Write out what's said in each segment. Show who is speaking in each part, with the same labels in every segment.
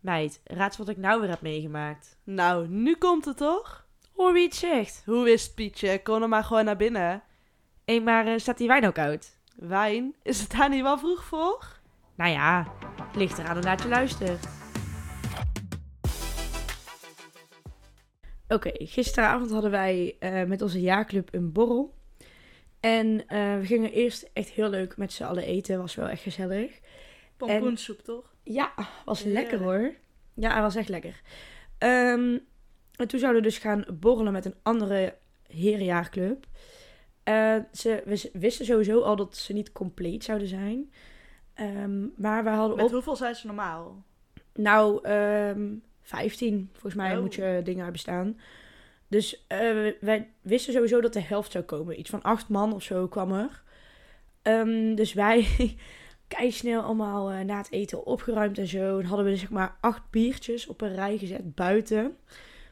Speaker 1: Meid, raad wat ik nou weer heb meegemaakt.
Speaker 2: Nou, nu komt het toch?
Speaker 1: Hoor wie het zegt.
Speaker 2: Hoe is het, Pietje? Kom dan maar gewoon naar binnen.
Speaker 1: Hé, maar eh, staat die wijn ook oud?
Speaker 2: Wijn, is het daar niet wel vroeg voor?
Speaker 1: Nou ja, ligt eraan hoe laat je luistert. Oké, gisteravond hadden wij eh, met onze jaarclub een borrel. En eh, we gingen eerst echt heel leuk met z'n allen eten. Was wel echt gezellig.
Speaker 2: Pompoensoep, toch?
Speaker 1: Ja, was
Speaker 2: Heerlijk.
Speaker 1: lekker hoor. Ja, hij was echt lekker. Ehm, en toen zouden we dus gaan borrelen met een andere herenjaarclub. Eh, ze, we z- wisten sowieso al dat ze niet compleet zouden zijn. Ehm, maar we hadden
Speaker 2: Met
Speaker 1: op...
Speaker 2: hoeveel zijn ze normaal?
Speaker 1: Nou, ehm 15 volgens mij
Speaker 2: Oh.
Speaker 1: moet je dingen hebben staan. Dus eh, we- wij wisten sowieso dat de helft zou komen. Iets van acht man of zo kwam er. Ehm, dus wij keisnel allemaal eh, na het eten opgeruimd en zo. En hadden we zeg maar acht biertjes op een rij gezet buiten.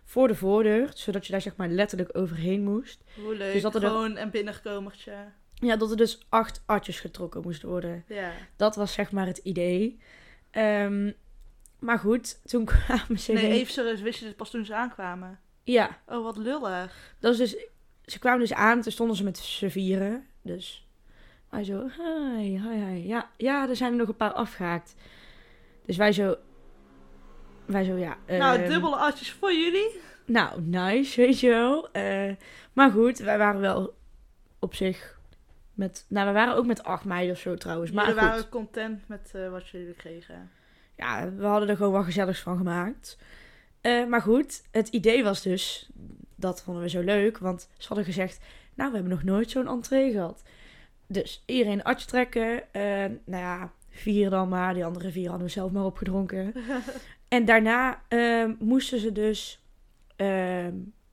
Speaker 1: Voor de voordeur, zodat je daar zeg maar letterlijk overheen moest.
Speaker 2: Hoe leuk.
Speaker 1: Dus dat er de-
Speaker 2: gewoon een binnenkomertje.
Speaker 1: Ja, dat er dus acht atjes getrokken moesten worden.
Speaker 2: Ja.
Speaker 1: Dat was zeg maar het idee. Ehm, maar goed, toen kwamen ze...
Speaker 2: Nee,
Speaker 1: ineens-
Speaker 2: even serieus, wist je dit pas toen ze aankwamen?
Speaker 1: Ja,
Speaker 2: Oh, wat lullig.
Speaker 1: Dat is dus, ze kwamen dus aan, toen stonden ze met z'n vieren. Dus wij zo, hi, hi, hi. Ja, ja, er zijn er nog een paar afgehaakt. Dus wij zo, wij zo, ja.
Speaker 2: nou,
Speaker 1: ehm,
Speaker 2: dubbele asjes voor jullie.
Speaker 1: Nou, nice, weet je wel. Eh, maar goed, wij waren wel op zich met, nou, we waren ook met acht meiden of zo trouwens. Maar
Speaker 2: jullie
Speaker 1: goed.
Speaker 2: waren content met eh, wat jullie kregen.
Speaker 1: ja, we hadden er gewoon wat gezelligs van gemaakt. Eh, maar goed, het idee was dus, dat vonden we zo leuk, want ze hadden gezegd, nou, we hebben nog nooit zo'n entree gehad. Dus iedereen een atje trekken, eh, nou ja, vier dan maar, die andere vier hadden we zelf maar opgedronken. en daarna eh, moesten ze dus eh,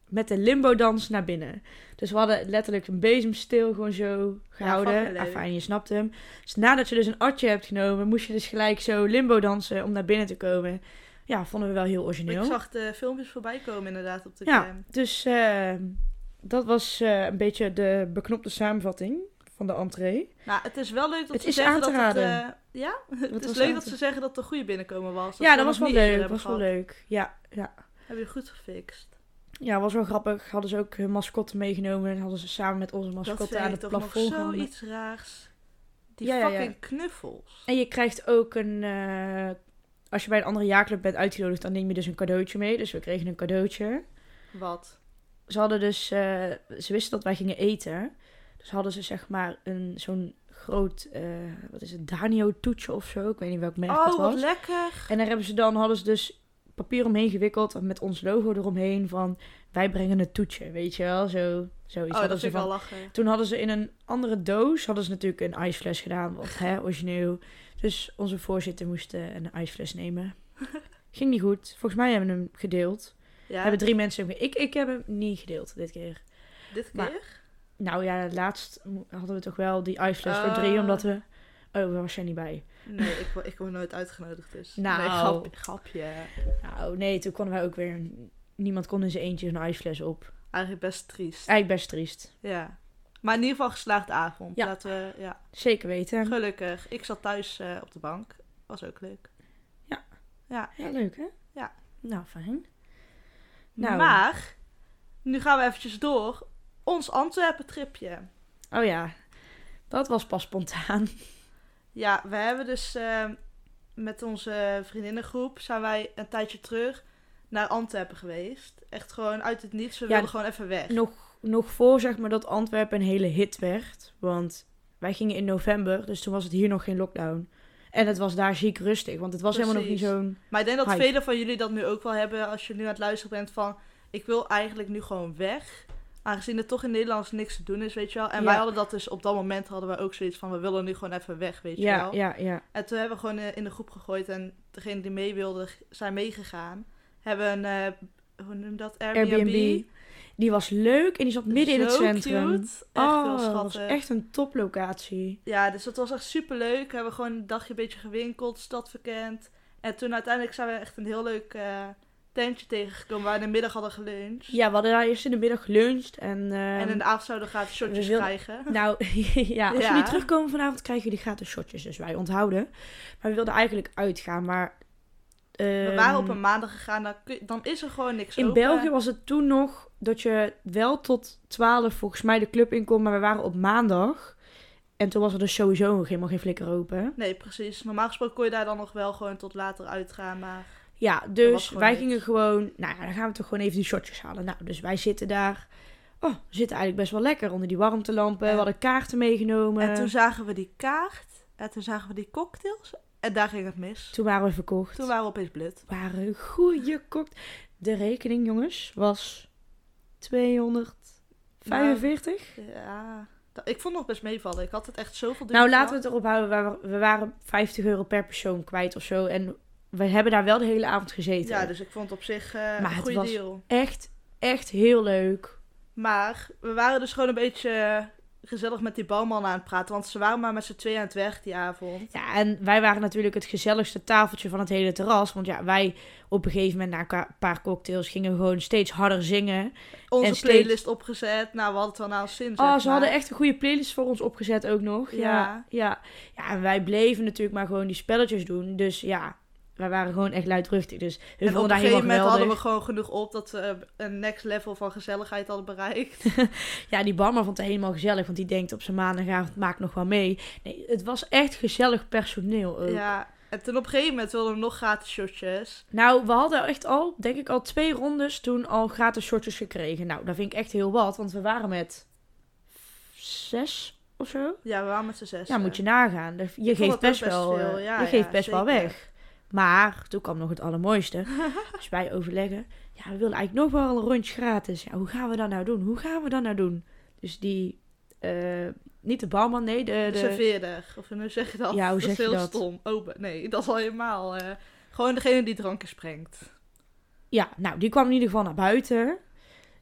Speaker 1: met de limbo-dans naar binnen. Dus we hadden letterlijk een bezemsteel gewoon zo gehouden.
Speaker 2: fucking leuk.
Speaker 1: Ja, Afijn, je snapt hem. Dus nadat je dus een atje hebt genomen, moest je dus gelijk zo limbo dansen om naar binnen te komen. Ja, vonden we wel heel origineel.
Speaker 2: Ik zag de filmpjes voorbij komen inderdaad op de
Speaker 1: ja,
Speaker 2: cam.
Speaker 1: dus eh, dat was eh, een beetje de beknopte samenvatting van de entree.
Speaker 2: Nou, het is wel leuk dat
Speaker 1: Het
Speaker 2: ze
Speaker 1: is
Speaker 2: zeggen
Speaker 1: aan te
Speaker 2: dat het...
Speaker 1: raden.
Speaker 2: eh, ja?
Speaker 1: was
Speaker 2: het is
Speaker 1: aan
Speaker 2: leuk dat
Speaker 1: te-
Speaker 2: ze zeggen dat de goede binnenkomen was.
Speaker 1: ja,
Speaker 2: ze
Speaker 1: dat was
Speaker 2: nog
Speaker 1: wel
Speaker 2: niet eerder
Speaker 1: leuk.
Speaker 2: hebben
Speaker 1: Was wel
Speaker 2: gehad.
Speaker 1: leuk. Ja, ja.
Speaker 2: Hebben jullie goed gefixt.
Speaker 1: ja, was wel grappig. Hadden ze ook hun mascotte meegenomen en hadden ze samen met onze
Speaker 2: Dat
Speaker 1: mascotte
Speaker 2: vind
Speaker 1: aan
Speaker 2: ik
Speaker 1: het
Speaker 2: toch nog
Speaker 1: plafond gehangen.
Speaker 2: zoiets raars. Die
Speaker 1: Ja, ja, ja.
Speaker 2: fucking knuffels.
Speaker 1: En je krijgt ook een. eh, als je bij een andere jaarclub bent uitgenodigd, dan neem je dus een cadeautje mee. Dus we kregen een cadeautje.
Speaker 2: Wat?
Speaker 1: ze hadden dus, eh, ze wisten dat wij gingen eten. Dus hadden ze zeg maar een zo'n groot, eh, wat is het, Danio toetje of zo. Ik weet niet welk merk
Speaker 2: Oh,
Speaker 1: dat
Speaker 2: wat
Speaker 1: was.
Speaker 2: lekker.
Speaker 1: en daar hebben ze dan, hadden ze dus papier omheen gewikkeld met ons logo eromheen van wij brengen het toetje, weet je wel. Zo, zoiets
Speaker 2: Oh, dat
Speaker 1: hadden
Speaker 2: vind
Speaker 1: ze
Speaker 2: ik wel
Speaker 1: van.
Speaker 2: lachen.
Speaker 1: Toen hadden ze in een andere doos, hadden ze natuurlijk een ijsfles gedaan, want hè, origineel. Dus onze voorzitter moest eh, een ijsfles nemen. Ging niet goed. Volgens mij hebben we hem gedeeld.
Speaker 2: Ja,
Speaker 1: Hebben drie mensen hem ge- Ik, ik heb hem niet gedeeld dit keer.
Speaker 2: dit
Speaker 1: maar-
Speaker 2: keer?
Speaker 1: Nou ja, laatst mo- hadden we toch wel die ijsfles voor
Speaker 2: Ah.
Speaker 1: drie, omdat we... Oh, daar was jij niet bij.
Speaker 2: Nee, ik, wo- ik word nooit uitgenodigd dus.
Speaker 1: Nou.
Speaker 2: Nee, grap- grapje.
Speaker 1: Nou, nee, toen konden wij ook weer... Niemand kon in zijn eentje een ijsfles op.
Speaker 2: Eigenlijk best triest.
Speaker 1: Eigenlijk best triest.
Speaker 2: Ja. Maar in ieder geval geslaagd avond.
Speaker 1: Ja.
Speaker 2: Laten we, ja.
Speaker 1: Zeker weten.
Speaker 2: Gelukkig. Ik zat thuis eh, op de bank. Was ook leuk.
Speaker 1: Ja, leuk hè?
Speaker 2: Ja.
Speaker 1: Nou, fijn. Nou.
Speaker 2: Maar, nu gaan we eventjes door. Ons Antwerpen tripje.
Speaker 1: Oh ja, dat was pas spontaan.
Speaker 2: Ja, we hebben dus eh, met onze vriendinnengroep zijn wij een tijdje terug naar Antwerpen geweest. Echt gewoon uit het niets. We
Speaker 1: Ja,
Speaker 2: wilden gewoon even weg.
Speaker 1: Nog, nog voor zeg maar dat Antwerpen een hele hit werd. Want wij gingen in november, dus toen was het hier nog geen lockdown. En het was daar ziek rustig, want het was helemaal nog niet
Speaker 2: Precies.
Speaker 1: zo'n...
Speaker 2: Maar ik denk dat
Speaker 1: Hype.
Speaker 2: velen van jullie dat nu ook wel hebben als je nu aan het luisteren bent van... Ik wil eigenlijk nu gewoon weg. Aangezien er toch in Nederland niks te doen is, weet je wel. En
Speaker 1: Ja.
Speaker 2: wij hadden dat dus op dat moment hadden we ook zoiets van... We willen nu gewoon even weg, weet je
Speaker 1: Ja,
Speaker 2: wel.
Speaker 1: ja, ja.
Speaker 2: En toen hebben we gewoon eh, in de groep gegooid. En degene die mee wilden g- zijn meegegaan. Hebben een, eh, hoe noem je dat? Airbnb.
Speaker 1: Airbnb. Die was leuk en die zat midden in het
Speaker 2: Zo
Speaker 1: centrum. Oh,
Speaker 2: Cute. Echt heel
Speaker 1: dat
Speaker 2: schattig.
Speaker 1: was echt een toplocatie.
Speaker 2: Ja, dus dat was echt superleuk. We hebben gewoon een dagje een beetje gewinkeld, stad verkend. En toen uiteindelijk zijn we echt een heel leuk eh, tentje tegengekomen waar we in de middag hadden geluncht.
Speaker 1: Ja, we hadden daar eerst in de middag geluncht. En, ehm,
Speaker 2: En in de avond zouden we gratis
Speaker 1: we
Speaker 2: shotjes
Speaker 1: wilden-
Speaker 2: krijgen.
Speaker 1: Nou, ja, als
Speaker 2: Ja.
Speaker 1: jullie terugkomen vanavond krijgen jullie gratis shotjes. Dus wij onthouden. Maar we wilden eigenlijk uitgaan. Maar
Speaker 2: We waren op een maandag gegaan, dan, kun- dan is er gewoon niks
Speaker 1: In
Speaker 2: open.
Speaker 1: België was het toen nog dat je wel tot 12 volgens mij de club in kon, maar we waren op maandag. En toen was er dus sowieso nog helemaal geen flikker open.
Speaker 2: Nee, precies. Normaal gesproken kon je daar dan nog wel gewoon tot later uitgaan, maar...
Speaker 1: Ja,
Speaker 2: was
Speaker 1: dus
Speaker 2: gewoon
Speaker 1: wij
Speaker 2: niks.
Speaker 1: gingen gewoon, nou ja, dan gaan we toch gewoon even die shotjes halen. Nou, dus wij zitten daar. Oh, we zitten eigenlijk best wel lekker onder die warmtelampen.
Speaker 2: Ja.
Speaker 1: We hadden kaarten meegenomen.
Speaker 2: En toen zagen we die kaart. En toen zagen we die cocktails. En daar ging het mis.
Speaker 1: Toen waren we verkocht.
Speaker 2: Toen waren we opeens blut.
Speaker 1: waren goede kok. De rekening, jongens, was 245.
Speaker 2: Nou, Ja. da- Ik vond het nog best meevallen. Ik had het echt zoveel duur
Speaker 1: Nou, laten we
Speaker 2: gehaald.
Speaker 1: het erop houden. We waren, we waren 50 euro per persoon kwijt of zo. En we hebben daar wel de hele avond gezeten.
Speaker 2: Ja, dus ik vond het op zich eh,
Speaker 1: Maar
Speaker 2: een
Speaker 1: het
Speaker 2: goede
Speaker 1: was-
Speaker 2: deal.
Speaker 1: Echt, echt heel leuk.
Speaker 2: Maar we waren dus gewoon een beetje eh, gezellig met die bouwman aan het praten. Want ze waren maar met z'n tweeën aan het weg die avond.
Speaker 1: Ja, en wij waren natuurlijk het gezelligste tafeltje van het hele terras. Want ja, wij op een gegeven moment na een ka- paar cocktails gingen we gewoon steeds harder zingen.
Speaker 2: Onze
Speaker 1: En steeds-
Speaker 2: playlist opgezet. Nou, we hadden het wel naar ons zin, zeg
Speaker 1: Oh, ze
Speaker 2: maar.
Speaker 1: hadden echt een goede playlist voor ons opgezet ook nog. Ja.
Speaker 2: Ja.
Speaker 1: ja. Ja. en wij bleven natuurlijk maar gewoon die spelletjes doen. Dus ja, wij waren gewoon echt luidruchtig. Dus hun
Speaker 2: En op
Speaker 1: vonden
Speaker 2: een
Speaker 1: daar
Speaker 2: gegeven
Speaker 1: helemaal
Speaker 2: moment
Speaker 1: geweldig.
Speaker 2: hadden we gewoon genoeg op dat we een next level van gezelligheid hadden bereikt.
Speaker 1: Ja, die barman vond het helemaal gezellig. Want die denkt op zijn maandagavond maak nog wel mee. Nee, het was echt gezellig personeel ook.
Speaker 2: Ja. En toen op een gegeven moment wilden we nog gratis shotjes.
Speaker 1: Nou, we hadden echt al, denk ik al twee rondes toen al gratis shortjes gekregen. Nou, dat vind ik echt heel wat. Want we waren met zes of zo.
Speaker 2: Ja, we waren met z'n zes.
Speaker 1: Ja, moet je nagaan. Dat- Je
Speaker 2: vond
Speaker 1: geeft
Speaker 2: dat ook
Speaker 1: best
Speaker 2: best
Speaker 1: wel,
Speaker 2: veel,
Speaker 1: eh,
Speaker 2: ja,
Speaker 1: je
Speaker 2: ja,
Speaker 1: geeft best wel
Speaker 2: zeker.
Speaker 1: weg. Maar toen kwam nog het allermooiste. dus wij overleggen. Ja, we willen eigenlijk nog wel een rondje gratis. Ja, hoe gaan we dat nou doen? Hoe gaan we dat nou doen? Dus die, eh, niet de barman, nee, de,
Speaker 2: De
Speaker 1: de
Speaker 2: serveerder. Of hoe zeg je dat?
Speaker 1: Ja, hoe
Speaker 2: dat
Speaker 1: zeg
Speaker 2: is
Speaker 1: je
Speaker 2: heel
Speaker 1: dat?
Speaker 2: stom. Oh, nee, dat is al helemaal... eh, gewoon degene die drankjes brengt.
Speaker 1: ja, nou, die kwam in ieder geval naar buiten.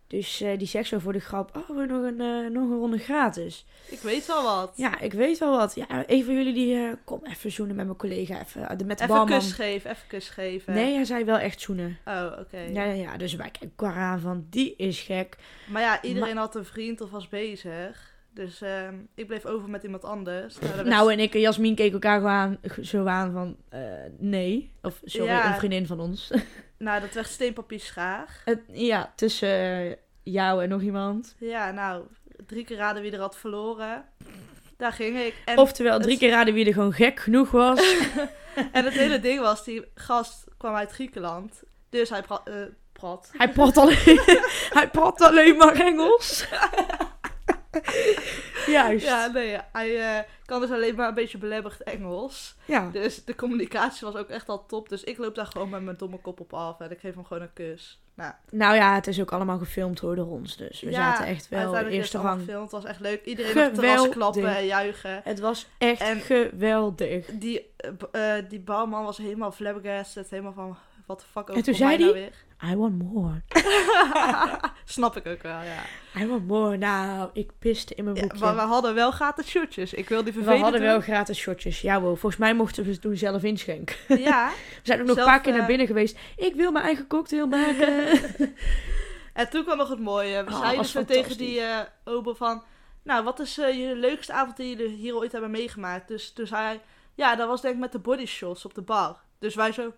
Speaker 1: Dus eh, die zegt zo voor de grap, oh, we hebben nog een, eh, nog een ronde gratis.
Speaker 2: Ik weet wel wat.
Speaker 1: Ja, ik weet wel wat. Ja, een van jullie die, eh, kom even zoenen met mijn collega, even eh, de- met de
Speaker 2: even een
Speaker 1: barman.
Speaker 2: kus geven, even een kus geven.
Speaker 1: Nee, hij zei wel echt zoenen.
Speaker 2: Oh, oké.
Speaker 1: Ja, ja, ja, dus wij kijken elkaar aan van, die is gek.
Speaker 2: Maar ja, iedereen had een vriend of was bezig. Dus ehm, ik bleef over met iemand anders. Nou, de rest-
Speaker 1: Nou, en ik en Jasmin keken elkaar gewoon aan, zo aan van, eh, nee. Of, sorry,
Speaker 2: Ja.
Speaker 1: een vriendin van ons.
Speaker 2: nou, dat werd steenpapier schaar.
Speaker 1: Het- ja, tussen eh, jou en nog iemand.
Speaker 2: Ja, nou, drie keer raden wie er had verloren. Daar ging ik. En,
Speaker 1: Oftewel, drie
Speaker 2: het-
Speaker 1: keer raden wie er gewoon gek genoeg was.
Speaker 2: en het hele ding was, die gast kwam uit Griekenland. Dus hij pra- eh, prat.
Speaker 1: hij, prat alleen, hij prat alleen maar Engels. Juist.
Speaker 2: Ja,
Speaker 1: Ja.
Speaker 2: nee, hij eh, kan dus alleen maar een beetje belebberd Engels. Dus de communicatie was ook echt al top. Dus ik loop daar gewoon met mijn domme kop op af en ik geef hem gewoon een kus. Nou,
Speaker 1: Nou ja, het is ook allemaal gefilmd door door ons, dus we
Speaker 2: Ja,
Speaker 1: zaten echt wel de
Speaker 2: uiteindelijk
Speaker 1: eerste rang.
Speaker 2: film. Het was echt leuk. Iedereen op het terras
Speaker 1: Geweldig.
Speaker 2: klappen en juichen.
Speaker 1: Het was echt
Speaker 2: En-
Speaker 1: geweldig.
Speaker 2: Die, eh, b- eh, die bouwman was helemaal flabbergasted. Helemaal van, wat de fuck
Speaker 1: En toen
Speaker 2: overkomt mij
Speaker 1: zei
Speaker 2: nou weer?
Speaker 1: I want more.
Speaker 2: Snap ik ook wel, ja.
Speaker 1: I want more. Nou, ik piste in mijn
Speaker 2: ja
Speaker 1: broekje.
Speaker 2: maar we hadden wel gratis shirtjes. Ik wil die
Speaker 1: we
Speaker 2: vervelend
Speaker 1: hadden wel gratis shotjes. Ja, wow. Volgens mij mochten we het toen zelf inschenken.
Speaker 2: Ja.
Speaker 1: We zijn ook nog
Speaker 2: Zelf,
Speaker 1: een paar keer
Speaker 2: eh,
Speaker 1: naar binnen geweest. Ik wil mijn eigen cocktail maken.
Speaker 2: En toen kwam nog het mooie. We
Speaker 1: Oh,
Speaker 2: zeiden
Speaker 1: was
Speaker 2: zo tegen
Speaker 1: fantastisch.
Speaker 2: die eh ober van... Nou, wat is eh, je leukste avond die jullie hier ooit hebben meegemaakt? Dus toen zei hij... Ja, dat was denk ik met de body shots op de bar. Dus wij zo...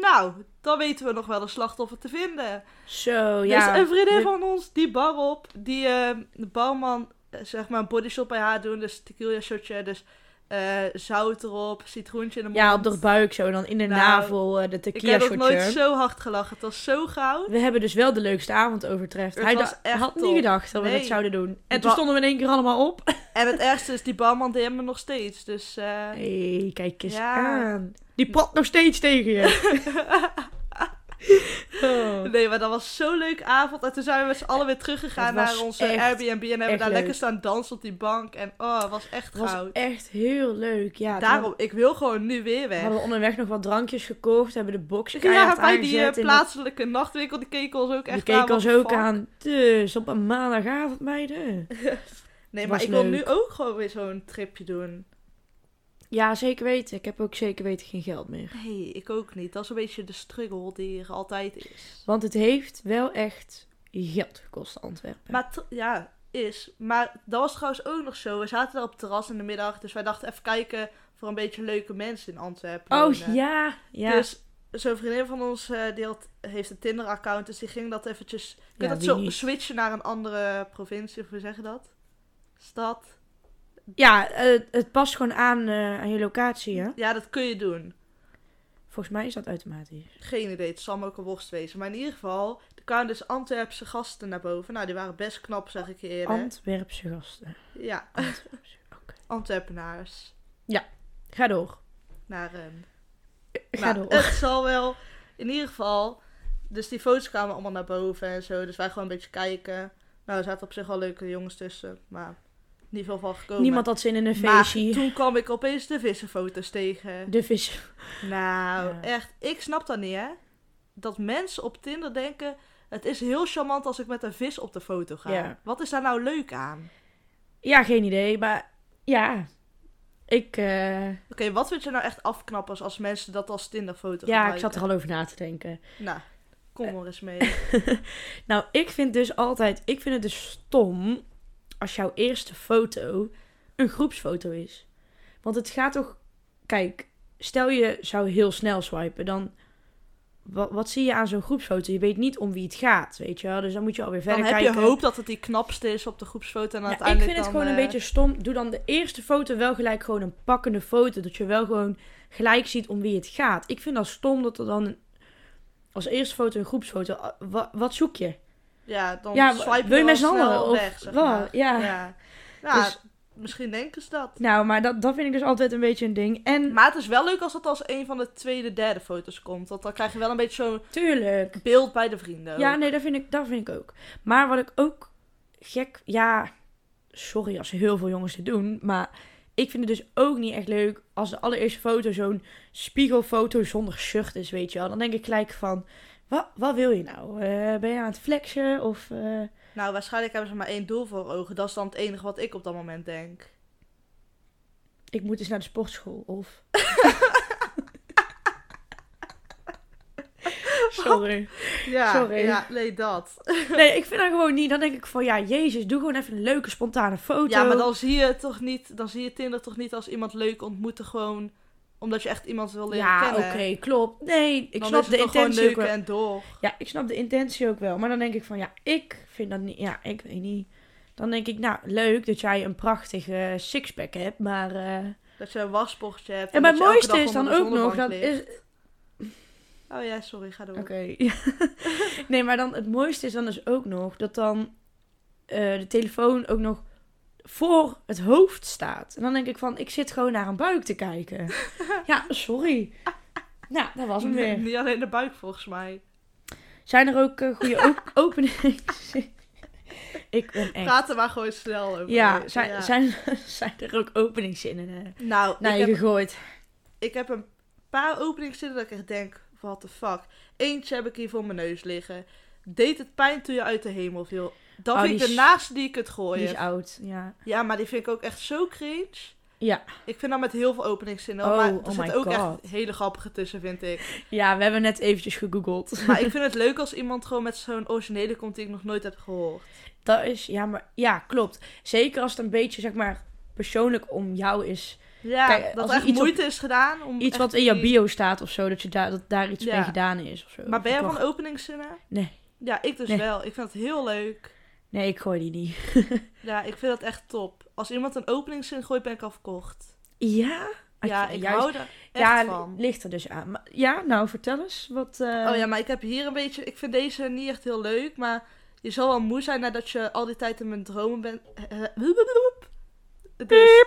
Speaker 2: Nou, dan weten we nog wel een slachtoffer te vinden.
Speaker 1: Zo,
Speaker 2: Ja,
Speaker 1: ja.
Speaker 2: dus een vriendin
Speaker 1: we-
Speaker 2: van ons, die bar op, die eh, de barman, eh, zeg maar, een bodyshot bij haar doen. Dus tequila shotje, dus eh, zout erop, citroentje in de mond.
Speaker 1: Ja, op de buik zo. En dan in de
Speaker 2: Nou,
Speaker 1: navel eh, de
Speaker 2: Ik heb
Speaker 1: tequila
Speaker 2: nog nooit
Speaker 1: shotje.
Speaker 2: zo hard gelachen. Het was zo goud.
Speaker 1: We hebben dus wel de leukste avond overtreft.
Speaker 2: Het
Speaker 1: Hij
Speaker 2: was
Speaker 1: da-
Speaker 2: echt
Speaker 1: had
Speaker 2: top.
Speaker 1: niet gedacht dat we
Speaker 2: Nee.
Speaker 1: dat zouden doen.
Speaker 2: Ba-
Speaker 1: En toen stonden we in één keer allemaal op.
Speaker 2: En het ergste is, die barman DM me nog steeds. Dus eh,
Speaker 1: hey, kijk eens
Speaker 2: Ja.
Speaker 1: aan. Die pad nog steeds tegen je. Oh.
Speaker 2: nee, maar dat was zo'n leuke avond. En toen zijn we met z'n allen weer teruggegaan
Speaker 1: Het was
Speaker 2: naar onze
Speaker 1: echt,
Speaker 2: Airbnb. En hebben
Speaker 1: echt
Speaker 2: daar
Speaker 1: leuk.
Speaker 2: lekker staan dansen op die bank. En oh, het was echt
Speaker 1: Het was
Speaker 2: goud.
Speaker 1: echt heel leuk. Ja, toen
Speaker 2: Daarom, ik wil gewoon nu weer weg.
Speaker 1: Hadden we onderweg nog wat drankjes gekocht, hebben de box
Speaker 2: Ja,
Speaker 1: keihard
Speaker 2: bij die eh,
Speaker 1: aangezet. en
Speaker 2: plaatselijke nachtwinkel, die keken ons ook
Speaker 1: die
Speaker 2: echt
Speaker 1: keek
Speaker 2: aan,
Speaker 1: ons
Speaker 2: what the
Speaker 1: ook
Speaker 2: fuck.
Speaker 1: aan. Dus op een maandagavond, meiden.
Speaker 2: Nee, maar
Speaker 1: Was
Speaker 2: ik wil
Speaker 1: leuk.
Speaker 2: nu ook gewoon weer zo'n tripje doen.
Speaker 1: Ja, zeker weten. Ik heb ook zeker weten geen geld meer.
Speaker 2: Nee, ik ook niet. Dat is een beetje de struggle die er altijd is.
Speaker 1: Want het heeft wel echt geld gekost, Antwerpen.
Speaker 2: Maar tr- ja, is. Maar dat was trouwens ook nog zo. We zaten daar op het terras in de middag, dus wij dachten even kijken voor een beetje leuke mensen in Antwerpen.
Speaker 1: oh
Speaker 2: wonen.
Speaker 1: ja, ja.
Speaker 2: Dus zo'n vriendin van ons eh, die had, heeft een Tinder-account, dus die ging dat eventjes... Je
Speaker 1: Ja,
Speaker 2: kunt dat
Speaker 1: wie
Speaker 2: zo
Speaker 1: niet?
Speaker 2: switchen naar een andere provincie, of hoe zeg je dat? Stad.
Speaker 1: Ja, eh, het past gewoon aan, eh, aan je locatie, hè?
Speaker 2: Ja, dat kun je doen.
Speaker 1: Volgens mij is dat automatisch.
Speaker 2: Geen idee, het zal me ook een worst wezen. Maar in ieder geval, er kwamen dus Antwerpse gasten naar boven. Nou, die waren best knap, zeg ik je eerder.
Speaker 1: Antwerpse gasten.
Speaker 2: ja,
Speaker 1: Antwerpse, oké.
Speaker 2: Antwerpenaars.
Speaker 1: Ga door.
Speaker 2: Naar een...
Speaker 1: Ga
Speaker 2: Nou,
Speaker 1: door.
Speaker 2: Het zal wel. In ieder geval. Dus die foto's kwamen allemaal naar boven en zo. Dus wij gewoon een beetje kijken. Nou, er zaten op zich wel leuke jongens tussen. Maar niet veel van gekomen.
Speaker 1: Niemand had zin in een
Speaker 2: maar
Speaker 1: feestje.
Speaker 2: toen kwam ik opeens de vissenfoto's tegen.
Speaker 1: De vis.
Speaker 2: Nou,
Speaker 1: Ja.
Speaker 2: echt. Ik snap dat niet, hè? Dat mensen op Tinder denken... Het is heel charmant als ik met een vis op de foto ga.
Speaker 1: Ja.
Speaker 2: Wat is daar nou leuk aan?
Speaker 1: Ja, geen idee, maar ja. Ik, eh,
Speaker 2: Oké, wat vind je nou echt afknappers als mensen dat als Tinderfoto
Speaker 1: ja, ik
Speaker 2: gebruiken?
Speaker 1: zat er Eh, al over na te denken.
Speaker 2: Nou, kom maar eens mee.
Speaker 1: Nou, ik vind dus altijd, ik vind het dus stom als jouw eerste foto een groepsfoto is. Want het gaat toch, kijk, stel je zou heel snel swipen, dan wat, wat zie je aan zo'n groepsfoto? Je weet niet om wie het gaat, weet je wel? Dus dan moet je alweer verder
Speaker 2: dan heb je
Speaker 1: kijken.
Speaker 2: hoop dat het die knapste is op de groepsfoto. En
Speaker 1: Ja, ik
Speaker 2: uiteindelijk
Speaker 1: vind het
Speaker 2: dan,
Speaker 1: gewoon een
Speaker 2: eh,
Speaker 1: beetje stom. Doe dan de eerste foto wel gelijk gewoon een pakkende foto. Dat je wel gewoon gelijk ziet om wie het gaat. Ik vind dat stom dat er dan een- als eerste foto een groepsfoto... ah, wa- Wat, zoek je?
Speaker 2: Ja, dan
Speaker 1: Ja,
Speaker 2: swipe
Speaker 1: wil
Speaker 2: je
Speaker 1: je
Speaker 2: wel
Speaker 1: met z'n
Speaker 2: snel
Speaker 1: allen, of
Speaker 2: weg, zeg
Speaker 1: wat?
Speaker 2: maar.
Speaker 1: Ja.
Speaker 2: Nou,
Speaker 1: Dus-
Speaker 2: misschien denken ze dat.
Speaker 1: Nou, maar dat, dat vind ik dus altijd een beetje een ding. En
Speaker 2: Maar het is wel leuk als dat als een van de tweede, derde foto's komt. Want dan krijg je wel een beetje zo'n
Speaker 1: tuurlijk...
Speaker 2: beeld bij de vrienden. ook.
Speaker 1: Ja, nee, dat vind, ik, dat vind ik ook. Maar wat ik ook gek... Ja, sorry als heel veel jongens dit doen, maar... Ik vind het dus ook niet echt leuk als de allereerste foto zo'n spiegelfoto zonder shirt is, weet je wel. Dan denk ik gelijk van, wat, wat wil je nou? Eh, ben je aan het flexen of... eh,
Speaker 2: Nou, waarschijnlijk hebben ze maar één doel voor ogen. Dat is dan het enige wat ik op dat moment denk.
Speaker 1: ik moet eens naar de sportschool of... sorry.
Speaker 2: Ja,
Speaker 1: Sorry.
Speaker 2: Ja, nee, dat.
Speaker 1: Nee, ik vind dat gewoon niet. Dan denk ik van, ja, jezus, doe gewoon even een leuke spontane foto.
Speaker 2: Ja, maar dan zie je het toch niet... Dan zie je Tinder toch niet als iemand leuk ontmoeten gewoon... Omdat je echt iemand wil leren
Speaker 1: Ja, oké,
Speaker 2: kennen.
Speaker 1: klopt. Nee, ik
Speaker 2: Dan
Speaker 1: snap
Speaker 2: is het
Speaker 1: de
Speaker 2: toch gewoon
Speaker 1: intentie ook
Speaker 2: neuken
Speaker 1: wel.
Speaker 2: en door.
Speaker 1: Ja, ik snap de intentie ook wel. Maar dan denk ik van, ja, ik vind dat niet... Ja, ik weet niet. Dan denk ik, nou, leuk dat jij een prachtige sixpack hebt, maar... eh,
Speaker 2: Dat je een wasbochtje hebt.
Speaker 1: En maar het
Speaker 2: dat je elke
Speaker 1: mooiste
Speaker 2: dag
Speaker 1: is dan
Speaker 2: onder de
Speaker 1: ook nog... Dat
Speaker 2: zonnebank ligt.
Speaker 1: is...
Speaker 2: Oh ja, sorry, ga door.
Speaker 1: Oké. nee, maar dan het mooiste is dan dus ook nog dat dan eh, de telefoon ook nog voor het hoofd staat. En dan denk ik van, ik zit gewoon naar een buik te kijken. ja, sorry. Nou, dat was hem
Speaker 2: Nee,
Speaker 1: weer.
Speaker 2: Niet alleen de buik volgens mij.
Speaker 1: Zijn er ook eh, goede op- openingen? ik ben echt...
Speaker 2: Praat er maar gewoon snel over.
Speaker 1: Ja, zijn, Zijn, zijn er ook openingszinnen eh,
Speaker 2: Nou,
Speaker 1: naar
Speaker 2: ik,
Speaker 1: je
Speaker 2: heb,
Speaker 1: gegooid?
Speaker 2: ik heb een paar openingszinnen dat ik echt denk, what the fuck. Eentje heb ik hier voor mijn neus liggen. Deed het pijn toen je uit de hemel viel. Dat
Speaker 1: Oh,
Speaker 2: vind ik
Speaker 1: die
Speaker 2: de
Speaker 1: is-
Speaker 2: naaste die ik het
Speaker 1: Die is
Speaker 2: gooien.
Speaker 1: oud, ja.
Speaker 2: Ja, maar die vind ik ook echt zo cringe.
Speaker 1: Ja.
Speaker 2: Ik vind dat met heel veel openingszinnen.
Speaker 1: Oh,
Speaker 2: maar er
Speaker 1: oh my
Speaker 2: zitten ook
Speaker 1: God.
Speaker 2: echt hele grappige tussen, vind ik.
Speaker 1: Ja, we hebben net eventjes gegoogeld.
Speaker 2: Maar ik vind het leuk als iemand gewoon met zo'n originele komt die ik nog nooit heb gehoord.
Speaker 1: Dat is, ja, maar, ja, klopt. Zeker als het een beetje, zeg maar, persoonlijk om jou is.
Speaker 2: Ja,
Speaker 1: Kijk,
Speaker 2: dat
Speaker 1: als
Speaker 2: er
Speaker 1: er
Speaker 2: echt
Speaker 1: iets op-
Speaker 2: moeite is gedaan. Om
Speaker 1: Iets
Speaker 2: echt
Speaker 1: wat in jouw
Speaker 2: die-
Speaker 1: bio staat of zo, dat, je daar dat daar iets
Speaker 2: Ja.
Speaker 1: mee gedaan is of zo.
Speaker 2: Maar ben jij
Speaker 1: Of ik
Speaker 2: van openingszinnen?
Speaker 1: Nee.
Speaker 2: Ja, ik dus
Speaker 1: Nee.
Speaker 2: wel. Ik vind het heel leuk.
Speaker 1: wacht- Nee, ik gooi die niet.
Speaker 2: Ja, ik vind dat echt top. Als iemand een openingszin gooit, ben ik al verkocht.
Speaker 1: Ja?
Speaker 2: Ja,
Speaker 1: Oké,
Speaker 2: ik
Speaker 1: juist-
Speaker 2: hou er echt
Speaker 1: Ja,
Speaker 2: van.
Speaker 1: ligt er dus aan. Maar, ja, nou, vertel eens wat... eh,
Speaker 2: Oh ja, maar ik heb hier een beetje... Ik vind deze niet echt heel leuk, maar... Je zal wel moe zijn nadat je al die tijd in mijn dromen bent... eh, eh, Dus,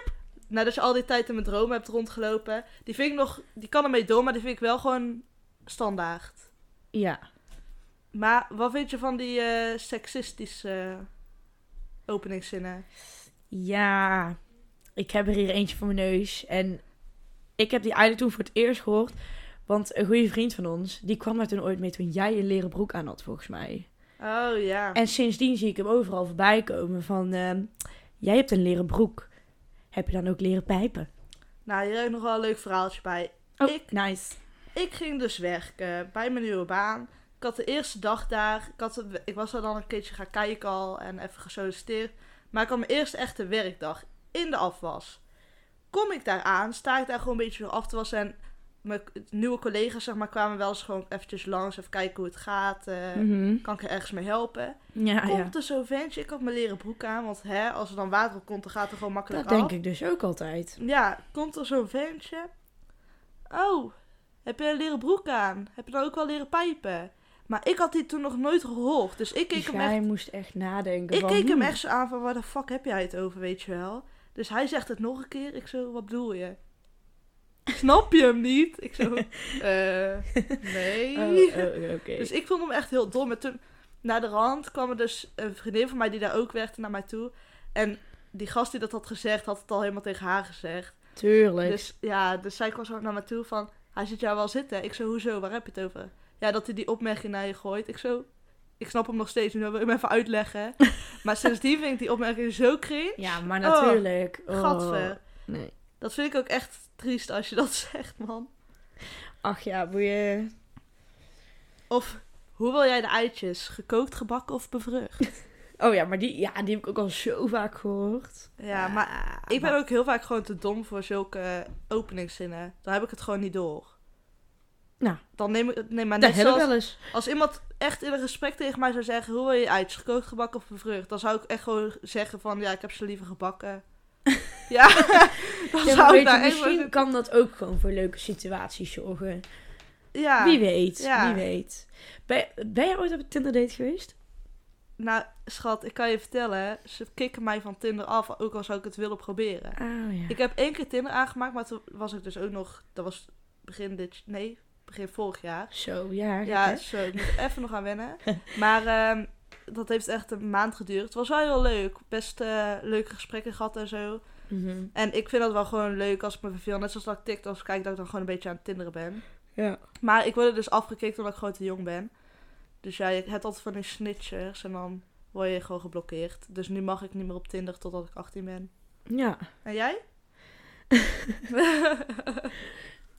Speaker 2: nadat je al die tijd in mijn dromen hebt rondgelopen. Die vind ik nog... Die kan ermee door, maar die vind ik wel gewoon standaard.
Speaker 1: ja.
Speaker 2: Maar wat vind je van die eh, seksistische openingszinnen?
Speaker 1: Ja, ik heb er hier eentje voor mijn neus. En ik heb die eigenlijk toen voor het eerst gehoord. Want een goede vriend van ons, die kwam daar toen ooit mee toen jij een leren broek aan had, volgens mij.
Speaker 2: Oh ja.
Speaker 1: En sindsdien zie ik hem overal voorbij komen van... ehm, jij hebt een leren broek. Heb je dan ook leren pijpen?
Speaker 2: Nou, hier heb ik nog wel een leuk verhaaltje bij.
Speaker 1: Oh,
Speaker 2: Ik-
Speaker 1: nice.
Speaker 2: Ik ging dus werken bij mijn nieuwe baan. Ik had de eerste dag daar. Ik, had, ik was daar dan een keertje gaan kijken al en even gesolliciteerd. Maar ik had mijn eerste echte werkdag in de afwas. Kom ik daar aan, sta ik daar gewoon een beetje voor af te wassen. En mijn nieuwe collega's zeg maar, kwamen wel eens gewoon eventjes langs. Even kijken hoe het gaat. eh,
Speaker 1: Mhm.
Speaker 2: Kan ik er ergens mee helpen?
Speaker 1: Ja, ja.
Speaker 2: Komt er zo'n ventje? Ik had mijn leren broek aan. Want hè, als er dan water op komt, dan gaat er gewoon makkelijk
Speaker 1: Dat
Speaker 2: af.
Speaker 1: denk ik dus ook altijd.
Speaker 2: Ja, komt er zo'n ventje. Oh, heb je een leren broek aan? Heb je dan ook wel leren pijpen? Maar ik had die toen nog nooit gehoord. Dus ik keek
Speaker 1: Dus
Speaker 2: hem
Speaker 1: jij
Speaker 2: echt,
Speaker 1: moest echt nadenken.
Speaker 2: ik
Speaker 1: van,
Speaker 2: keek hem
Speaker 1: hmm,
Speaker 2: echt zo aan van waar de fuck heb jij het over, weet je wel? Dus hij zegt het nog een keer. Ik zo, wat bedoel je? Snap je hem niet? Ik zo, eh, nee.
Speaker 1: oh, oh, oké.
Speaker 2: Dus ik vond hem echt heel dom. En toen, naar de rand, kwam er dus een vriendin van mij die daar ook werkte naar mij toe. En die gast die dat had gezegd, had het al helemaal tegen haar gezegd.
Speaker 1: Tuurlijk.
Speaker 2: Dus ja, dus zij kwam zo naar me toe van... Hij zit jou wel zitten. Ik zo, hoezo? Waar heb je het over? Ja, dat hij die opmerking naar je gooit. Ik zo... Ik snap hem nog steeds. Nu wil ik hem even uitleggen. maar sindsdien vind ik die opmerking zo cringe.
Speaker 1: ja, maar
Speaker 2: Oh,
Speaker 1: natuurlijk. Oh,
Speaker 2: Gadver.
Speaker 1: Nee.
Speaker 2: Dat vind ik ook echt triest als je dat zegt, man.
Speaker 1: Ach ja, boeien.
Speaker 2: Of, hoe wil jij de eitjes? Gekookt, gebakken of bevrucht?
Speaker 1: Oh ja, maar die, ja, die heb ik ook al zo vaak gehoord.
Speaker 2: Ja, maar ik ben ook heel vaak gewoon te dom voor zulke openingszinnen. Dan heb ik het gewoon niet door.
Speaker 1: Nou.
Speaker 2: Dan neem ik het... Nee, maar
Speaker 1: Dat
Speaker 2: net
Speaker 1: heb ik
Speaker 2: zoals-
Speaker 1: wel eens.
Speaker 2: Als iemand echt in een gesprek tegen mij zou zeggen: hoe wil je eitjes? Gekookt, gebakken of bevrucht? Dan zou ik echt gewoon zeggen: van ja, ik heb ze liever gebakken. ja, dan
Speaker 1: Ja, maar weet
Speaker 2: zou ik
Speaker 1: je,
Speaker 2: daar echt
Speaker 1: misschien
Speaker 2: wel-
Speaker 1: kan dat ook gewoon voor leuke situaties zorgen.
Speaker 2: Ja,
Speaker 1: Wie weet,
Speaker 2: Ja.
Speaker 1: wie weet. Ben, ben jij ooit op een Tinder date geweest?
Speaker 2: nou schat, ik kan je vertellen: ze kicken mij van Tinder af, ook al zou ik het willen proberen.
Speaker 1: Ah ja.
Speaker 2: Ik heb één keer Tinder aangemaakt, maar toen was ik dus ook nog. Dat was begin dit. Nee, begin vorig jaar.
Speaker 1: Zo, ja. gek,
Speaker 2: Ja,
Speaker 1: hè?
Speaker 2: zo, ik moet er even nog aan wennen. Maar ehm, dat heeft echt een maand geduurd. Het was wel heel leuk. Best eh, leuke gesprekken gehad en zo.
Speaker 1: Mhm.
Speaker 2: En ik vind dat wel gewoon leuk als ik me verveel. Net zoals dat ik TikToks kijk, dat ik dan gewoon een beetje aan het tinderen ben.
Speaker 1: ja.
Speaker 2: Maar ik word er dus afgekikt omdat ik gewoon te jong ben. Dus ja, je hebt altijd van die snitchers en dan word je gewoon geblokkeerd. Dus nu mag ik niet meer op Tinder totdat ik 18 ben.
Speaker 1: Ja.
Speaker 2: En jij?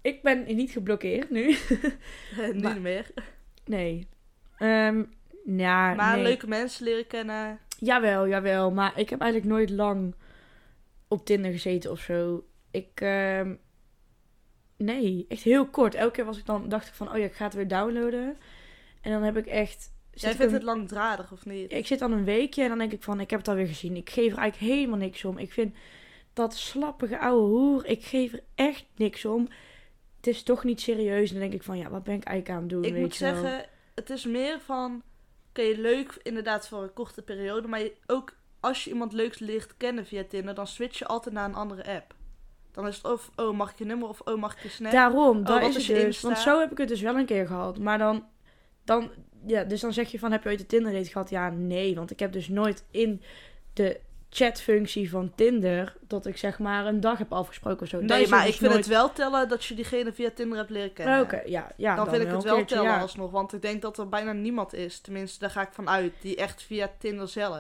Speaker 1: Ik ben niet geblokkeerd nu.
Speaker 2: Eh, niet
Speaker 1: Maar-
Speaker 2: meer.
Speaker 1: Nee. Ehm ja,
Speaker 2: Maar
Speaker 1: nee.
Speaker 2: leuke mensen leren kennen.
Speaker 1: Jawel, jawel. Maar ik heb eigenlijk nooit lang op Tinder gezeten of zo. Ik, ehm, nee, echt heel kort. Elke keer was ik dan, dacht ik van, oh ja, ik ga het weer downloaden. En dan heb ik echt... zit
Speaker 2: Jij
Speaker 1: ik
Speaker 2: vindt
Speaker 1: een-
Speaker 2: het langdradig of niet?
Speaker 1: ik zit dan een weekje en dan denk ik van, ik heb het alweer gezien. Ik geef er eigenlijk helemaal niks om. Ik vind dat slappige ouwe hoer, ik geef er echt niks om. Het is toch niet serieus. En dan denk ik van, ja, wat ben ik eigenlijk aan het doen,
Speaker 2: Ik
Speaker 1: weet
Speaker 2: moet
Speaker 1: je wel.
Speaker 2: zeggen, het is meer van... Oké, leuk inderdaad voor een korte periode. Maar je- ook als je iemand leuks leert kennen via Tinder... dan switch je altijd naar een andere app. Dan is het of, oh, mag ik je nummer? Of, oh, mag ik je snap?
Speaker 1: Daarom, dat
Speaker 2: Oh, wat
Speaker 1: is
Speaker 2: is
Speaker 1: het dus.
Speaker 2: je Insta?
Speaker 1: Want zo heb ik het dus wel een keer gehad. Maar dan, dan, ja, dus dan zeg je van, heb je ooit een Tinder date gehad? Ja, nee, want ik heb dus nooit in de chatfunctie van Tinder... dat ik zeg maar een dag heb afgesproken of zo. Dat
Speaker 2: nee,
Speaker 1: is
Speaker 2: maar
Speaker 1: dus
Speaker 2: ik vind
Speaker 1: nooit- Oh,
Speaker 2: het wel tellen dat je diegene via Tinder hebt leren kennen.
Speaker 1: Oké, ja, ja.
Speaker 2: Dan, vind ik het
Speaker 1: een
Speaker 2: wel
Speaker 1: keertje,
Speaker 2: tellen
Speaker 1: ja.
Speaker 2: alsnog. Want ik denk dat er bijna niemand is. Tenminste, daar ga ik van uit. Die echt via Tinder zelf.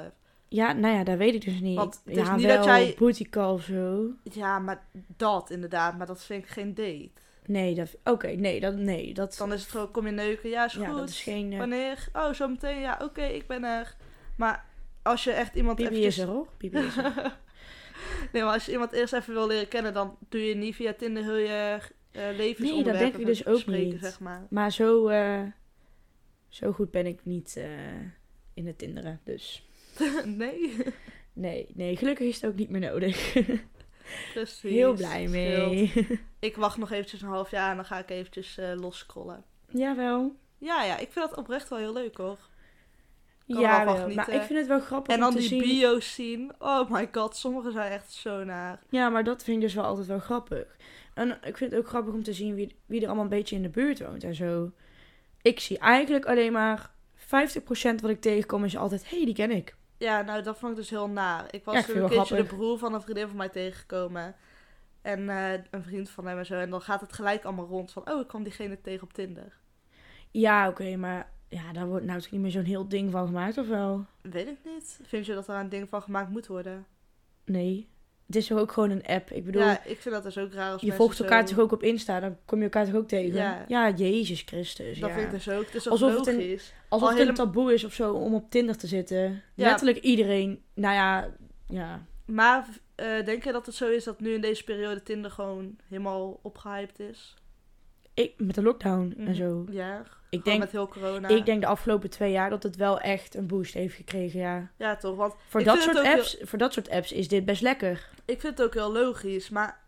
Speaker 1: Ja, nou ja, dat weet ik dus niet.
Speaker 2: Want het is
Speaker 1: ja,
Speaker 2: niet
Speaker 1: wel
Speaker 2: dat jij-
Speaker 1: booty call of zo.
Speaker 2: Ja, maar dat inderdaad. Maar dat vind ik geen date.
Speaker 1: Nee, dat... Oké, nee, dat... Nee, dat...
Speaker 2: Dan is het gewoon, kom je neuken? Ja, is
Speaker 1: ja,
Speaker 2: goed.
Speaker 1: dat is geen... eh,
Speaker 2: Wanneer? Oh, zo meteen. Ja, oké, ik ben er. Maar als je echt iemand
Speaker 1: Bibi is er,
Speaker 2: eventjes...
Speaker 1: hoor. Bibi is er.
Speaker 2: Nee, maar als je iemand eerst even wil leren kennen, dan doe je niet via Tinder heel je eh
Speaker 1: Nee, dat
Speaker 2: levensonderwerpen
Speaker 1: denk ik dus ook
Speaker 2: bespreken,
Speaker 1: niet.
Speaker 2: zeg maar.
Speaker 1: Maar zo, eh, zo goed ben ik niet eh, in het tinderen. Dus
Speaker 2: nee,
Speaker 1: nee, nee, gelukkig is het ook niet meer nodig.
Speaker 2: precies.
Speaker 1: Heel blij
Speaker 2: Scheelt.
Speaker 1: mee.
Speaker 2: Ik wacht nog eventjes een half jaar en dan ga ik eventjes eh losscrollen.
Speaker 1: Jawel.
Speaker 2: Ja, ja, ik vind dat oprecht wel heel leuk, hoor. Kan
Speaker 1: Ja,
Speaker 2: wel
Speaker 1: maar
Speaker 2: genieten.
Speaker 1: ik vind het wel grappig om
Speaker 2: En dan
Speaker 1: te
Speaker 2: die
Speaker 1: zien.
Speaker 2: bio's zien. Oh my god, sommige zijn echt zo naar.
Speaker 1: Ja, maar dat vind ik dus wel altijd wel grappig. En ik vind het ook grappig om te zien wie, wie er allemaal een beetje in de buurt woont en zo. Ik zie eigenlijk alleen maar 50% wat ik tegenkom is altijd, hé, hey, die ken ik.
Speaker 2: Ja, nou, dat vond ik dus heel naar. Ik was
Speaker 1: Ja, ik
Speaker 2: toen
Speaker 1: vind
Speaker 2: een
Speaker 1: het wel
Speaker 2: keertje de broer van een vriendin van mij tegengekomen. En eh, een vriend van hem en zo. En dan gaat het gelijk allemaal rond van... Oh, ik kwam diegene tegen op Tinder.
Speaker 1: Ja, oké, maar ja, daar wordt nou toch niet meer zo'n heel ding van gemaakt, of wel?
Speaker 2: Weet ik niet. Vind je dat er een ding van gemaakt moet worden?
Speaker 1: Nee. Het is toch ook gewoon een app? Ik bedoel,
Speaker 2: ja, ik vind dat dus ook raar als
Speaker 1: je
Speaker 2: mensen
Speaker 1: volgt
Speaker 2: zo-
Speaker 1: elkaar toch ook op Insta, dan kom je elkaar toch ook tegen?
Speaker 2: Ja.
Speaker 1: Ja, Jezus Christus.
Speaker 2: Dat
Speaker 1: ja.
Speaker 2: vind ik dus ook. Het is
Speaker 1: Alsof
Speaker 2: alsof
Speaker 1: het een-
Speaker 2: logisch.
Speaker 1: Alsof
Speaker 2: al
Speaker 1: het een
Speaker 2: helemaal-
Speaker 1: taboe is of zo om op Tinder te zitten.
Speaker 2: Ja.
Speaker 1: Letterlijk iedereen, nou ja, ja.
Speaker 2: Maar eh, denk je dat het zo is dat nu in deze periode Tinder gewoon helemaal opgehyped is?
Speaker 1: ik, met de lockdown
Speaker 2: Mhm.
Speaker 1: en zo.
Speaker 2: Ja,
Speaker 1: Oh. Ik
Speaker 2: gewoon
Speaker 1: denk,
Speaker 2: met eh, heel corona.
Speaker 1: ik denk de afgelopen twee jaar dat het wel echt een boost heeft gekregen, ja.
Speaker 2: Ja, toch? Want
Speaker 1: Voor,
Speaker 2: Ik
Speaker 1: dat
Speaker 2: vind het
Speaker 1: soort,
Speaker 2: ook
Speaker 1: apps, voor dat soort apps is dit best lekker.
Speaker 2: ik vind het ook heel logisch, maar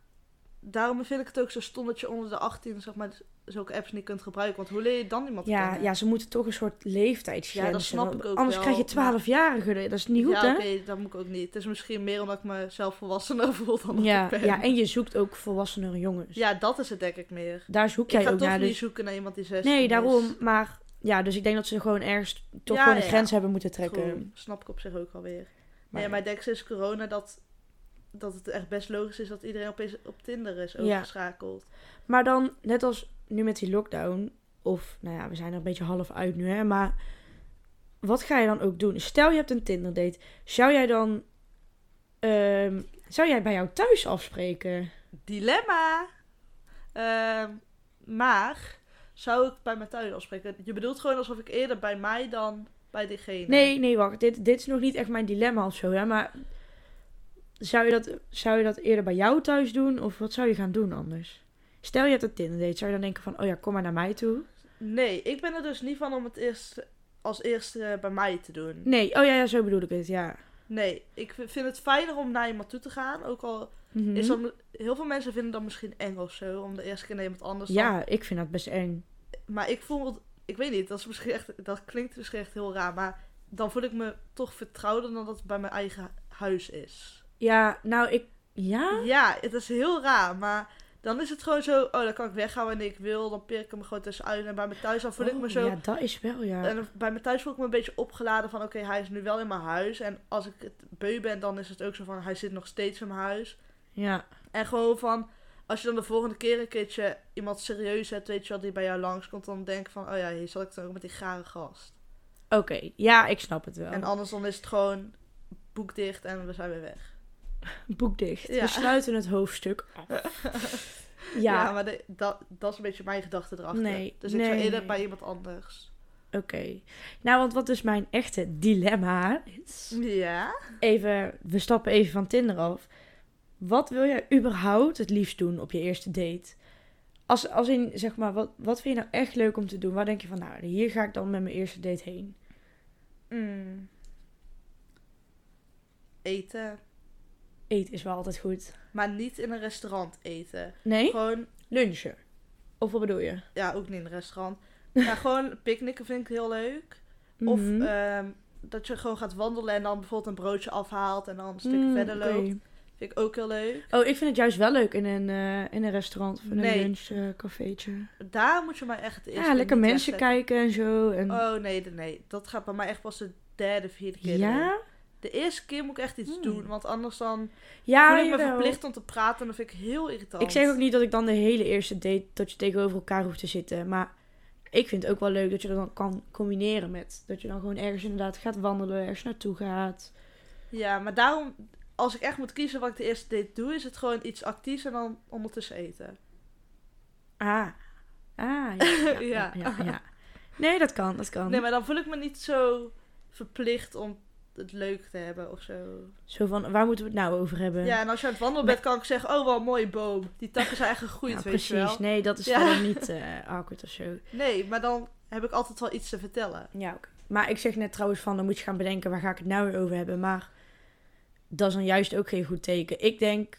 Speaker 2: daarom vind ik het ook zo stom dat je onder de 18 zeg maar, zulke apps niet kunt gebruiken. Want hoe leer je dan iemand
Speaker 1: Ja,
Speaker 2: kennen?
Speaker 1: ja, ze moeten toch een soort leeftijdsgrens
Speaker 2: Ja, dat snap
Speaker 1: hebben.
Speaker 2: ik ook
Speaker 1: Anders
Speaker 2: wel,
Speaker 1: krijg je
Speaker 2: maar-
Speaker 1: 12-jarigen. Dat is niet goed,
Speaker 2: ja,
Speaker 1: hè?
Speaker 2: oké, dat moet ik ook niet. Het is misschien meer omdat ik mezelf volwassener voel dan dat
Speaker 1: Ja,
Speaker 2: ik ben.
Speaker 1: ja, en je zoekt ook volwassenere jongens.
Speaker 2: Ja, dat is het denk ik meer.
Speaker 1: Daar zoek
Speaker 2: ik
Speaker 1: jij
Speaker 2: ga
Speaker 1: ook
Speaker 2: toch
Speaker 1: naar.
Speaker 2: niet
Speaker 1: Dus...
Speaker 2: zoeken naar iemand die 16
Speaker 1: Nee,
Speaker 2: is.
Speaker 1: daarom. Maar ja, dus ik denk dat ze gewoon ergens toch
Speaker 2: Ja,
Speaker 1: gewoon een
Speaker 2: ja,
Speaker 1: grens
Speaker 2: ja.
Speaker 1: hebben moeten trekken.
Speaker 2: Goed, snap ik op zich ook alweer.
Speaker 1: Maar
Speaker 2: Maar, ja,
Speaker 1: ja.
Speaker 2: maar ik denk sinds corona dat, dat het echt best logisch is dat iedereen opeens op Tinder is
Speaker 1: Ja.
Speaker 2: overgeschakeld.
Speaker 1: Maar dan, net als nu met die lockdown, of nou ja, we zijn er een beetje half uit nu, hè, maar wat ga je dan ook doen? Stel je hebt een Tinder date, zou jij dan, ehm, zou jij bij jou thuis afspreken?
Speaker 2: Dilemma! Ehm, maar zou ik bij mijn thuis afspreken? Je bedoelt gewoon alsof ik eerder bij mij dan bij diegene.
Speaker 1: Nee, nee, wacht, dit, dit is nog niet echt mijn dilemma of zo, hè, maar zou je, dat, zou je dat eerder bij jou thuis doen of wat zou je gaan doen anders? Stel je hebt een Tinder date, zou je dan denken van, oh ja, kom maar naar mij toe?
Speaker 2: Nee, ik ben er dus niet van om het eerst als eerste eh, bij mij te doen.
Speaker 1: Nee, oh ja, ja zo bedoel ik het, ja.
Speaker 2: Nee, ik v- vind het fijner om naar iemand toe te gaan. Ook al
Speaker 1: Mhm.
Speaker 2: is dat... m- Heel veel mensen vinden dat misschien eng of zo. Om de eerste keer naar iemand anders dan-
Speaker 1: Ja, ik vind dat best eng.
Speaker 2: Maar ik voel... het- Ik weet niet, dat, is misschien echt, dat klinkt misschien echt heel raar. Maar dan voel ik me toch vertrouwder dan dat het bij mijn eigen huis is.
Speaker 1: Ja, nou, ik, ja?
Speaker 2: Ja, het is heel raar. Maar dan is het gewoon zo... Oh, dan kan ik weggaan wanneer ik wil. Dan peer ik hem gewoon tussenuit. En bij mijn thuis dan voel ik
Speaker 1: Oh,
Speaker 2: me zo...
Speaker 1: Ja, dat is wel, ja.
Speaker 2: En bij mijn thuis voel ik me een beetje opgeladen van... Oké, hij is nu wel in mijn huis. En als ik het beu ben, dan is het ook zo van... Hij zit nog steeds in mijn huis.
Speaker 1: ja.
Speaker 2: En gewoon van, als je dan de volgende keer een keertje iemand serieus hebt, weet je wel, die bij jou langskomt, dan denk ik van, oh ja, hier zat ik dan ook met die gare gast.
Speaker 1: Oké, ja, ik snap het wel.
Speaker 2: En anders dan is het gewoon boek dicht en we zijn weer weg.
Speaker 1: Boek dicht.
Speaker 2: Ja.
Speaker 1: We sluiten het hoofdstuk af. ja,
Speaker 2: maar de- dat, dat is een beetje mijn gedachte erachter.
Speaker 1: Nee,
Speaker 2: dus ik zou
Speaker 1: nee,
Speaker 2: eerder
Speaker 1: nee.
Speaker 2: bij iemand anders.
Speaker 1: oké. Nou, want wat dus mijn echte dilemma is...
Speaker 2: Ja?
Speaker 1: Even, we stappen even van Tinder af. Wat wil jij überhaupt het liefst doen op je eerste date? Als, als in, zeg maar, wat, wat vind je nou echt leuk om te doen? Waar denk je van, nou, hier ga ik dan met mijn eerste date heen?
Speaker 2: Mm. Eten.
Speaker 1: Eten is wel altijd goed.
Speaker 2: Maar niet in een restaurant eten.
Speaker 1: Nee?
Speaker 2: Gewoon,
Speaker 1: Lunchen. Of wat bedoel je?
Speaker 2: ja, ook niet in een restaurant. Maar gewoon picknicken vind ik heel leuk. Of
Speaker 1: Mhm.
Speaker 2: ehm, dat je gewoon gaat wandelen en dan bijvoorbeeld een broodje afhaalt en dan een stuk
Speaker 1: Mm,
Speaker 2: verder loopt.
Speaker 1: oké.
Speaker 2: Vind ik ook heel leuk.
Speaker 1: Oh, ik vind het juist wel leuk in een, eh, in een restaurant of in
Speaker 2: Nee.
Speaker 1: een lunchcafeetje.
Speaker 2: Daar moet je mij echt eerst
Speaker 1: ja,
Speaker 2: in
Speaker 1: lekker
Speaker 2: niet
Speaker 1: mensen
Speaker 2: wegzetten.
Speaker 1: kijken en zo. En...
Speaker 2: Oh nee, nee, nee. Dat gaat bij mij echt pas de derde, vierde keer. erin.
Speaker 1: ja?
Speaker 2: De eerste keer moet ik echt iets
Speaker 1: Hmm.
Speaker 2: doen, want anders dan
Speaker 1: Ja,
Speaker 2: voel ik me
Speaker 1: jawel.
Speaker 2: verplicht om te praten en dat vind ik heel irritant.
Speaker 1: Ik zeg ook niet dat ik dan de hele eerste date dat je tegenover elkaar hoeft te zitten. Maar ik vind het ook wel leuk dat je dat dan kan combineren met... Dat je dan gewoon ergens inderdaad gaat wandelen, ergens naartoe gaat.
Speaker 2: Ja, maar daarom, als ik echt moet kiezen wat ik de eerste date doe, is het gewoon iets actiefs en dan ondertussen eten.
Speaker 1: Ah. Ah, ja. Ja, ja.
Speaker 2: Ja.
Speaker 1: ja, ja. Nee, dat kan, dat kan.
Speaker 2: Nee, maar dan voel ik me niet zo verplicht om het leuk te hebben of zo.
Speaker 1: Zo van, waar moeten we het nou over hebben?
Speaker 2: Ja, en als je aan het wandelen bent, kan ik zeggen, oh, wat een mooie boom. Die tak is eigenlijk
Speaker 1: Ja,
Speaker 2: gegroeid, weet
Speaker 1: precies.
Speaker 2: je wel.
Speaker 1: Nee, dat is
Speaker 2: Ja.
Speaker 1: verder niet eh, awkward of zo.
Speaker 2: Nee, maar dan heb ik altijd wel iets te vertellen.
Speaker 1: Ja, oké. Maar ik zeg net trouwens van, dan moet je gaan bedenken, waar ga ik het nou weer over hebben? Maar dat is dan juist ook geen goed teken. Ik denk,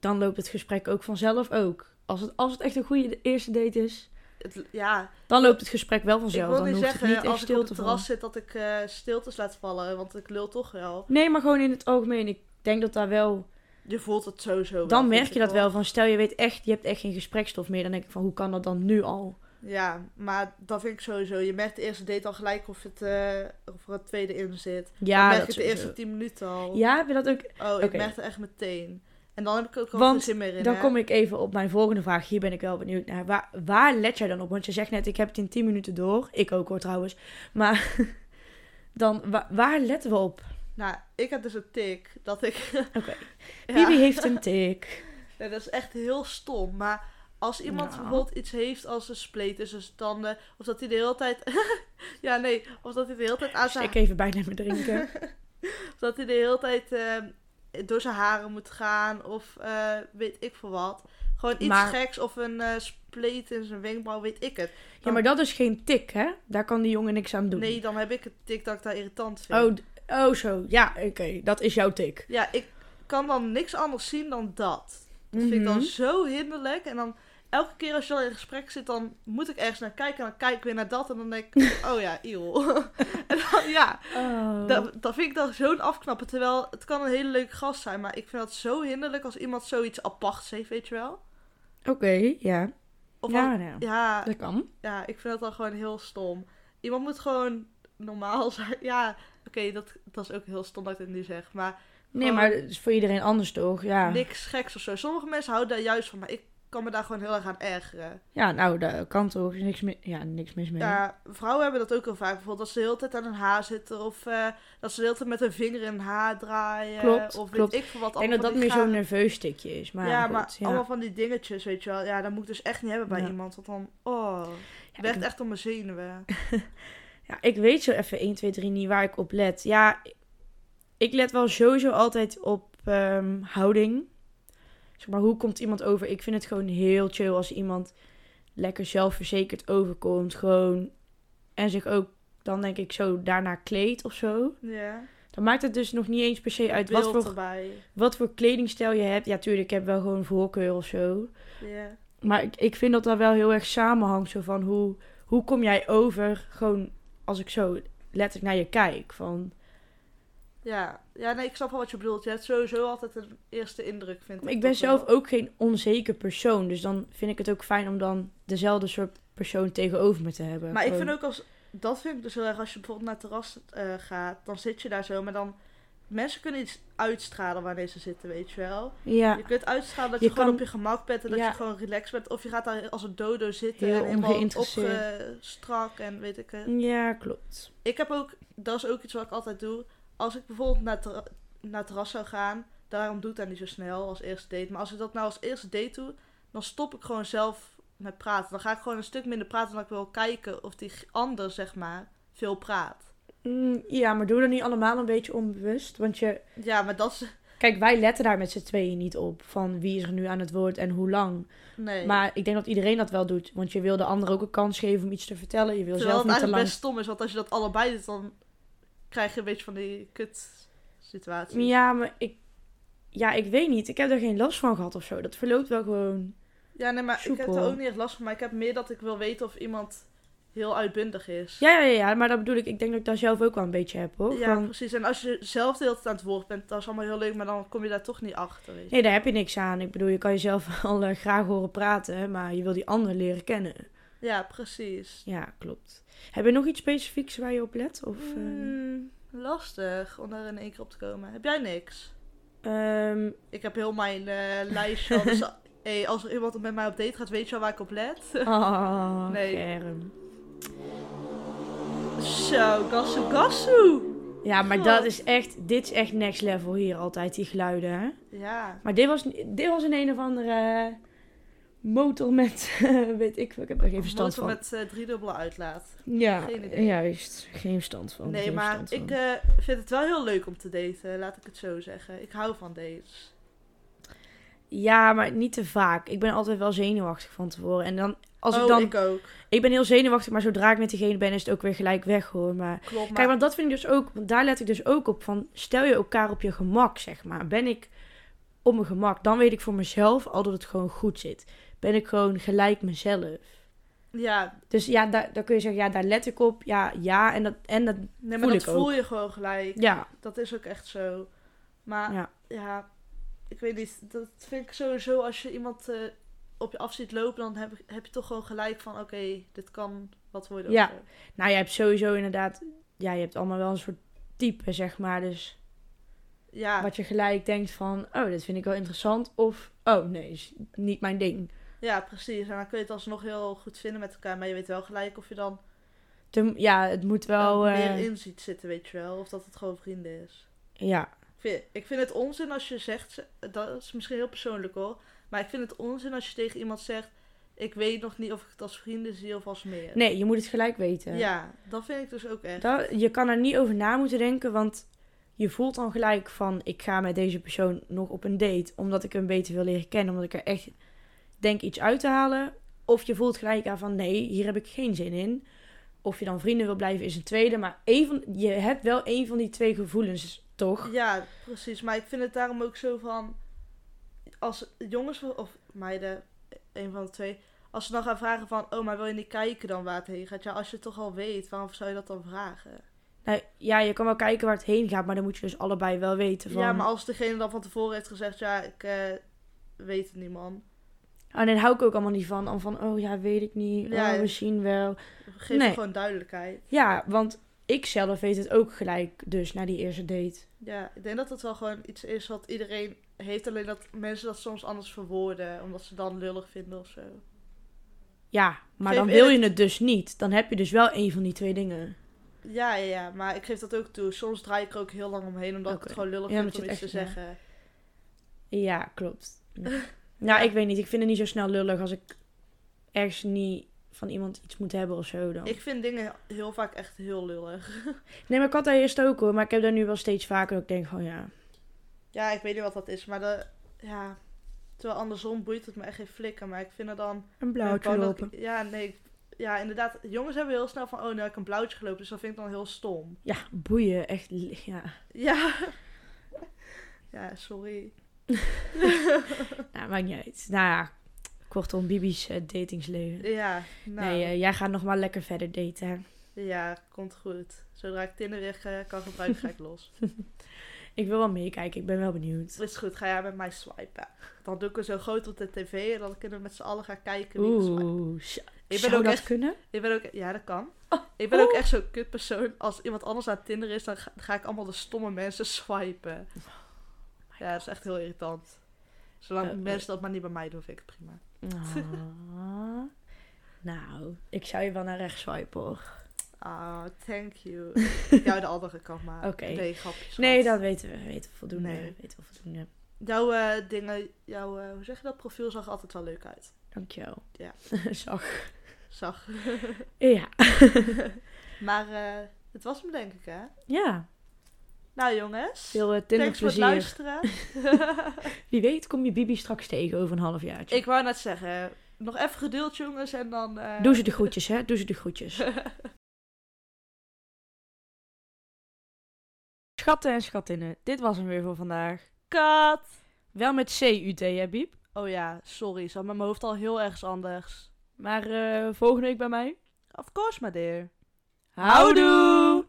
Speaker 1: dan loopt het gesprek ook vanzelf ook. Als het, als het echt een goede eerste date is,
Speaker 2: Het, ja,
Speaker 1: dan loopt het gesprek wel
Speaker 2: ik
Speaker 1: vanzelf.
Speaker 2: wil
Speaker 1: dan
Speaker 2: niet
Speaker 1: hoeft
Speaker 2: zeggen,
Speaker 1: het niet echt
Speaker 2: als ik
Speaker 1: stil
Speaker 2: op
Speaker 1: te
Speaker 2: het
Speaker 1: vallen.
Speaker 2: terras zit, dat ik eh, stiltes laat vallen. Want ik lul toch wel.
Speaker 1: Nee, maar gewoon in het algemeen. Ik denk dat daar wel...
Speaker 2: Je voelt het sowieso wel,
Speaker 1: Dan merk
Speaker 2: vind
Speaker 1: je
Speaker 2: ik
Speaker 1: dat wel van, stel je weet echt, je hebt echt geen gesprekstof meer. Dan denk ik van, hoe kan dat dan nu al?
Speaker 2: Ja, maar dat vind ik sowieso. Je merkt de eerste date al gelijk of, het, eh, of er een tweede in zit. dan
Speaker 1: Ja, dat
Speaker 2: merk je het de
Speaker 1: sowieso.
Speaker 2: eerste tien minuten al.
Speaker 1: Ja, heb je dat ook
Speaker 2: Oh, ik
Speaker 1: Oké.
Speaker 2: merk het echt meteen. En dan heb ik ook al
Speaker 1: Want
Speaker 2: geen zin meer in,
Speaker 1: Dan
Speaker 2: hè?
Speaker 1: kom ik even op mijn volgende vraag. Hier ben ik wel benieuwd naar. Waar, waar let jij dan op? Want je zegt net, ik heb het in 10 minuten door. Ik ook hoor trouwens. Maar dan, wa- waar letten we op?
Speaker 2: Nou, ik heb dus een tik dat ik...
Speaker 1: Oké.
Speaker 2: Ja.
Speaker 1: Bibi heeft een tik.
Speaker 2: Ja, dat is echt heel stom. Maar als iemand
Speaker 1: Nou.
Speaker 2: bijvoorbeeld iets heeft als een spleet dus, tussen zijn tanden, eh, of dat hij de hele tijd. ja, nee. Of dat hij de hele tijd aan zijn.
Speaker 1: Ik even bijna mijn drinken.
Speaker 2: Of dat hij de hele tijd ehm, door zijn haren moet gaan, of eh, weet ik eh, veel wat. Gewoon iets
Speaker 1: Maar-
Speaker 2: geks of een eh, sp- pleet en zijn wenkbrauw, weet ik het.
Speaker 1: Ja, maar dat is geen tik, hè? Daar kan die jongen niks aan doen.
Speaker 2: Nee, dan heb ik het tik dat ik daar irritant vind.
Speaker 1: Oh, d- oh zo. Ja, oké. Dat is jouw tik.
Speaker 2: Ja, ik kan dan niks anders zien dan dat. Dat vind ik dan
Speaker 1: Mhm.
Speaker 2: zo hinderlijk. En dan elke keer als je al in gesprek zit, dan moet ik ergens naar kijken. En dan kijk ik weer naar dat. En dan denk ik, oh ja, eeuw. en dan, ja,
Speaker 1: Oh.
Speaker 2: dat, dat vind ik dan zo'n afknappen. Terwijl het kan een hele leuke gast zijn. Maar ik vind dat zo hinderlijk als iemand zoiets aparts heeft, weet je wel.
Speaker 1: Oké, ja.
Speaker 2: Of
Speaker 1: ja,
Speaker 2: als-
Speaker 1: nou,
Speaker 2: ja,
Speaker 1: dat kan.
Speaker 2: ja, ik vind dat dan gewoon heel stom. Iemand moet gewoon normaal zijn. Ja, oké, dat, dat is ook heel stom dat ik het nu zeg. Maar
Speaker 1: Nee, maar
Speaker 2: Oh.
Speaker 1: het is voor iedereen anders toch? Ja.
Speaker 2: niks geks of zo. Sommige mensen houden daar juist van, maar ik kan me daar gewoon heel erg aan ergeren.
Speaker 1: Ja, nou, dat kan toch. Er is Niks, mi- ja, niks mis mee.
Speaker 2: Ja, vrouwen hebben dat ook heel vaak. Bijvoorbeeld dat ze de hele tijd aan hun haar zitten of eh, dat ze de hele tijd met hun vinger in hun haar draaien.
Speaker 1: Klopt,
Speaker 2: of
Speaker 1: klopt.
Speaker 2: weet ik veel wat.
Speaker 1: ik denk dat
Speaker 2: allemaal
Speaker 1: dat
Speaker 2: van
Speaker 1: meer
Speaker 2: die
Speaker 1: zo'n
Speaker 2: gare-
Speaker 1: nerveus tikje is. Maar
Speaker 2: ja,
Speaker 1: goed,
Speaker 2: maar
Speaker 1: ja.
Speaker 2: allemaal van die dingetjes, weet je wel. Ja, dat moet ik dus echt niet hebben bij
Speaker 1: Ja.
Speaker 2: iemand. Want dan, oh,
Speaker 1: Ja,
Speaker 2: werd
Speaker 1: ik-
Speaker 2: echt om mijn zenuwen.
Speaker 1: Ja, ik weet zo even 1, 2, 3 niet waar ik op let. Ja, ik let wel sowieso altijd op ehm, houding. Zeg maar, hoe komt iemand over? Ik vind het gewoon heel chill als iemand lekker zelfverzekerd overkomt. Gewoon. En zich ook dan denk ik zo daarna kleedt of zo.
Speaker 2: Ja,
Speaker 1: Dan maakt het dus nog niet eens per se uit wat
Speaker 2: beeld
Speaker 1: voor,
Speaker 2: erbij.
Speaker 1: wat voor kledingstijl je hebt. Ja, tuurlijk, ik heb wel gewoon voorkeur of zo.
Speaker 2: Ja.
Speaker 1: Maar ik, ik vind dat daar wel heel erg samenhangt. Zo van hoe, hoe kom jij over? Gewoon als ik zo letterlijk naar je kijk. Van,
Speaker 2: Ja. ja, nee, ik snap wel wat je bedoelt. Je hebt sowieso altijd een eerste indruk, vind ik. eh,
Speaker 1: ik ben
Speaker 2: toch wel.
Speaker 1: zelf ook geen onzeker persoon. Dus dan vind ik het ook fijn om dan dezelfde soort persoon tegenover me te hebben.
Speaker 2: Maar ik
Speaker 1: eh, Gewoon-
Speaker 2: vind ook als. Dat vind ik dus heel erg als je bijvoorbeeld naar het terras eh, gaat, dan zit je daar zo, maar dan. Mensen kunnen iets uitstralen wanneer ze zitten, weet je wel.
Speaker 1: Ja,
Speaker 2: Je kunt uitstralen dat je,
Speaker 1: Je
Speaker 2: gewoon
Speaker 1: kan-
Speaker 2: op je gemak bent en dat
Speaker 1: Ja.
Speaker 2: je gewoon relaxed bent. Of je gaat daar als een dodo zitten
Speaker 1: Heel
Speaker 2: en helemaal
Speaker 1: ongeïnteresseerd.
Speaker 2: opgestrak en weet ik eh, het.
Speaker 1: ja klopt.
Speaker 2: Ik heb ook, dat is ook iets wat ik altijd doe. Als ik bijvoorbeeld naar, terra- naar het terras zou gaan, daarom doe ik dat niet zo snel als eerste date. Maar als ik dat nou als eerste date doe, dan stop ik gewoon zelf met praten. Dan ga ik gewoon een stuk minder praten dan ik wil kijken of die g- ander, zeg maar, veel praat.
Speaker 1: Mm, ja, maar doe dat niet allemaal een beetje onbewust. Want je...
Speaker 2: Ja, maar dat is...
Speaker 1: Kijk, wij letten daar met z'n tweeën niet op. Van wie is er nu aan het woord en hoe lang.
Speaker 2: Nee.
Speaker 1: Maar ik denk dat iedereen dat wel doet. Want je wil de ander ook een kans geven om iets te vertellen. Je wil
Speaker 2: Terwijl
Speaker 1: zelf
Speaker 2: het
Speaker 1: niet te
Speaker 2: eigenlijk
Speaker 1: lang
Speaker 2: best stom is, want als je dat allebei doet, dan krijg je een beetje van die kut situatie.
Speaker 1: Ja, maar ik... Ja, ik weet niet. Ik heb daar geen last van gehad of zo. Dat verloopt wel gewoon...
Speaker 2: Ja, nee, maar ik heb
Speaker 1: Soepel.
Speaker 2: er ook niet echt last van. Maar ik heb meer dat ik wil weten of iemand heel uitbundig is.
Speaker 1: Ja, ja, ja, ja, maar dat bedoel ik. Ik denk dat ik daar zelf ook wel een beetje heb, hoor.
Speaker 2: Ja,
Speaker 1: Van,
Speaker 2: precies. En als je zelf de hele tijd aan het woord bent, dat is allemaal heel leuk, maar dan kom je daar toch niet achter. Weet je.
Speaker 1: nee, daar heb je niks aan. Ik bedoel, je kan jezelf wel eh, graag horen praten, maar je wil die ander leren kennen.
Speaker 2: Ja, precies.
Speaker 1: Ja, klopt. Heb je nog iets specifieks waar je op let? Of, eh,
Speaker 2: Mm, lastig om daar in één keer op te komen. Heb jij niks?
Speaker 1: ehm,
Speaker 2: Ik heb heel mijn eh, lijstje. al, Dus hey, als er iemand met mij op date gaat, weet je al waar ik op let?
Speaker 1: ah,
Speaker 2: Nee.
Speaker 1: Germ.
Speaker 2: Zo, gassu gassu!
Speaker 1: Ja, maar
Speaker 2: God.
Speaker 1: dat is echt... Dit is echt next level hier altijd, die geluiden, hè?
Speaker 2: Ja.
Speaker 1: Maar dit was, dit was een een of andere motor met... weet ik veel, ik heb er geen verstand van.
Speaker 2: Motor met eh driedubbele uitlaat.
Speaker 1: Ja,
Speaker 2: Geen idee.
Speaker 1: juist. Geen verstand van.
Speaker 2: nee,
Speaker 1: geen
Speaker 2: maar
Speaker 1: verstand
Speaker 2: ik
Speaker 1: van.
Speaker 2: eh, vind het wel heel leuk om te daten, laat ik het zo zeggen. Ik hou van dates.
Speaker 1: Ja, maar niet te vaak. Ik ben altijd wel zenuwachtig van tevoren. En dan, als
Speaker 2: oh,
Speaker 1: ik dan... Ik...
Speaker 2: ik ook.
Speaker 1: ben heel zenuwachtig, maar zodra ik met diegene ben, is het ook weer gelijk weg, hoor. Maar...
Speaker 2: Klopt, maar...
Speaker 1: Kijk, want dat vind ik dus ook... Want daar let ik dus ook op van... Stel je elkaar op je gemak, zeg maar. Ben ik op mijn gemak, dan weet ik voor mezelf al dat het gewoon goed zit. Ben ik gewoon gelijk mezelf.
Speaker 2: Ja,
Speaker 1: Dus ja, daar, dan kun je zeggen, ja, daar let ik op. Ja, ja. En dat... En dat
Speaker 2: nee, maar
Speaker 1: Voel
Speaker 2: dat
Speaker 1: ik ook.
Speaker 2: voel je gewoon gelijk.
Speaker 1: ja.
Speaker 2: Dat is ook echt zo. Maar ja,
Speaker 1: Ja.
Speaker 2: ik weet niet. Dat vind ik sowieso als je iemand eh, op je af ziet lopen, dan heb, heb je toch gewoon gelijk van oké, dit kan wat worden. of
Speaker 1: Ja.
Speaker 2: zo.
Speaker 1: Nou, je hebt sowieso inderdaad... Ja, je hebt allemaal wel een soort type, zeg maar. Dus...
Speaker 2: ja,
Speaker 1: Wat je gelijk denkt van, oh, dit vind ik wel interessant. Of, oh nee, is niet mijn ding.
Speaker 2: ja, precies. En dan kun je het alsnog heel goed vinden met elkaar. Maar je weet wel gelijk of je dan
Speaker 1: Te- ja, het moet wel...
Speaker 2: er meer
Speaker 1: eh,
Speaker 2: in ziet zitten, weet je wel. Of dat het gewoon vrienden is.
Speaker 1: ja,
Speaker 2: Ik vind, ik vind het onzin als je zegt, dat is misschien heel persoonlijk hoor. Maar ik vind het onzin als je tegen iemand zegt, ik weet nog niet of ik het als vrienden zie of als meer.
Speaker 1: nee, je moet het gelijk weten.
Speaker 2: Ja, dat vind ik dus ook echt.
Speaker 1: Dat, je kan er niet over na moeten denken, want je voelt dan gelijk van, ik ga met deze persoon nog op een date. Omdat ik hem beter wil leren kennen, omdat ik er echt denk iets uit te halen. Of je voelt gelijk aan van nee, hier heb ik geen zin in. Of je dan vrienden wil blijven is een tweede. Maar één van, je hebt wel een van die twee gevoelens, toch?
Speaker 2: Ja, precies. Maar ik vind het daarom ook zo van. Als jongens of meiden, een van de twee. Als ze dan gaan vragen van, oh, maar wil je niet kijken dan waar het heen gaat? Ja, als je het toch al weet, waarom zou je dat dan vragen?
Speaker 1: Nou, ja, je kan wel kijken waar het heen gaat, maar dan moet je dus allebei wel weten van...
Speaker 2: Ja, maar als degene dan van tevoren heeft gezegd, ja, ik eh, weet het niet, man.
Speaker 1: En ah, daar hou ik ook allemaal niet van. Om van, oh ja, weet ik niet.
Speaker 2: Ja.
Speaker 1: Oh, misschien wel.
Speaker 2: Geef
Speaker 1: Nee.
Speaker 2: gewoon duidelijkheid.
Speaker 1: Ja, want ik zelf weet het ook gelijk dus na die eerste date.
Speaker 2: Ja, ik denk dat het wel gewoon iets is wat iedereen heeft. Alleen dat mensen dat soms anders verwoorden, omdat ze dan lullig vinden of zo.
Speaker 1: Ja, maar
Speaker 2: Geef
Speaker 1: dan wil je
Speaker 2: eerlijk-
Speaker 1: het dus niet. Dan heb je dus wel een van die twee dingen.
Speaker 2: Ja, ja, ja, maar ik geef dat ook toe. Soms draai ik er ook heel lang omheen, omdat ik
Speaker 1: Oké.
Speaker 2: het gewoon lullig
Speaker 1: Ja,
Speaker 2: vind
Speaker 1: omdat
Speaker 2: om
Speaker 1: je
Speaker 2: iets
Speaker 1: het
Speaker 2: te
Speaker 1: echt- ja.
Speaker 2: zeggen.
Speaker 1: Ja, klopt. Nou, ik weet niet. Ik vind het niet zo snel lullig als ik ergens niet van iemand iets moet hebben of zo dan.
Speaker 2: Ik vind dingen heel vaak echt heel lullig.
Speaker 1: Nee, maar ik had dat eerst ook hoor. Maar ik heb daar nu wel steeds vaker dat ik denk van ja.
Speaker 2: Ja, ik weet niet wat dat is, maar de, ja... Terwijl andersom boeit het me echt geen flikker, maar ik vind het dan...
Speaker 1: Een
Speaker 2: gewoon
Speaker 1: blauwtje
Speaker 2: dat ik-
Speaker 1: lopen.
Speaker 2: ja, nee, ik- ja, inderdaad. Jongens hebben heel snel van, oh, nou heb ik een blauwtje gelopen, dus dat vind ik dan heel stom.
Speaker 1: Ja, boeien. Echt, li- ja.
Speaker 2: Ja. ja, sorry.
Speaker 1: Nou, maakt niet uit. Nou ja, kortom, Bibi's eh, datingsleven.
Speaker 2: Ja, nou,
Speaker 1: Nee, eh, jij gaat nog maar lekker verder daten. hè.
Speaker 2: ja, komt goed. Zodra ik Tinder weer eh, kan gebruiken, ga ik los.
Speaker 1: Ik wil wel meekijken. Ik ben wel benieuwd.
Speaker 2: Is goed, ga jij met mij swipen. Dan doe ik er zo groot op de tv en dan kunnen we met z'n allen gaan kijken wie ik swipe.
Speaker 1: Oeh, zo-
Speaker 2: ben
Speaker 1: zou
Speaker 2: ook
Speaker 1: dat
Speaker 2: echt-
Speaker 1: kunnen?
Speaker 2: Ik ben ook, ja, dat kan.
Speaker 1: Oh.
Speaker 2: ik ben ook echt zo'n kut persoon. Als iemand anders aan Tinder is, dan ga, ga ik allemaal de stomme mensen swipen.
Speaker 1: Oh
Speaker 2: ja, dat is echt heel irritant. Zolang
Speaker 1: Eh, eh.
Speaker 2: mensen dat maar niet bij mij doen, vind ik het prima.
Speaker 1: Ah. nou, ik zou je wel naar rechts swipen hoor.
Speaker 2: Ah, thank you. ik jou de andere kant maar.
Speaker 1: Oké.
Speaker 2: Nee, grapjes. schat.
Speaker 1: Nee, dat weten we. We weten voldoende.
Speaker 2: Nee.
Speaker 1: We weten voldoende.
Speaker 2: Jouw eh, dingen, jouw, eh, hoe zeg je dat, profiel zag er altijd wel leuk uit.
Speaker 1: Dankjewel.
Speaker 2: Ja.
Speaker 1: Zag.
Speaker 2: Zag.
Speaker 1: Ja.
Speaker 2: maar eh, het was hem denk ik, hè?
Speaker 1: Ja.
Speaker 2: Nou jongens,
Speaker 1: Veel eh,
Speaker 2: thanks voor het
Speaker 1: tinderplezier.
Speaker 2: luisteren.
Speaker 1: Wie weet kom je Bibi straks tegen over een half jaartje.
Speaker 2: ik wou net zeggen, nog even geduld jongens en dan... eh,
Speaker 1: Doe ze de groetjes, hè. Doe ze de groetjes. Schatten en schattinnen, dit was hem weer voor vandaag.
Speaker 2: Kat!
Speaker 1: Wel met C-U-T, hè, Biep?
Speaker 2: Oh ja, sorry, zat met mijn hoofd al heel ergens anders.
Speaker 1: Maar eh, volgende week bij mij.
Speaker 2: Of course, my dear.
Speaker 1: Houdoe!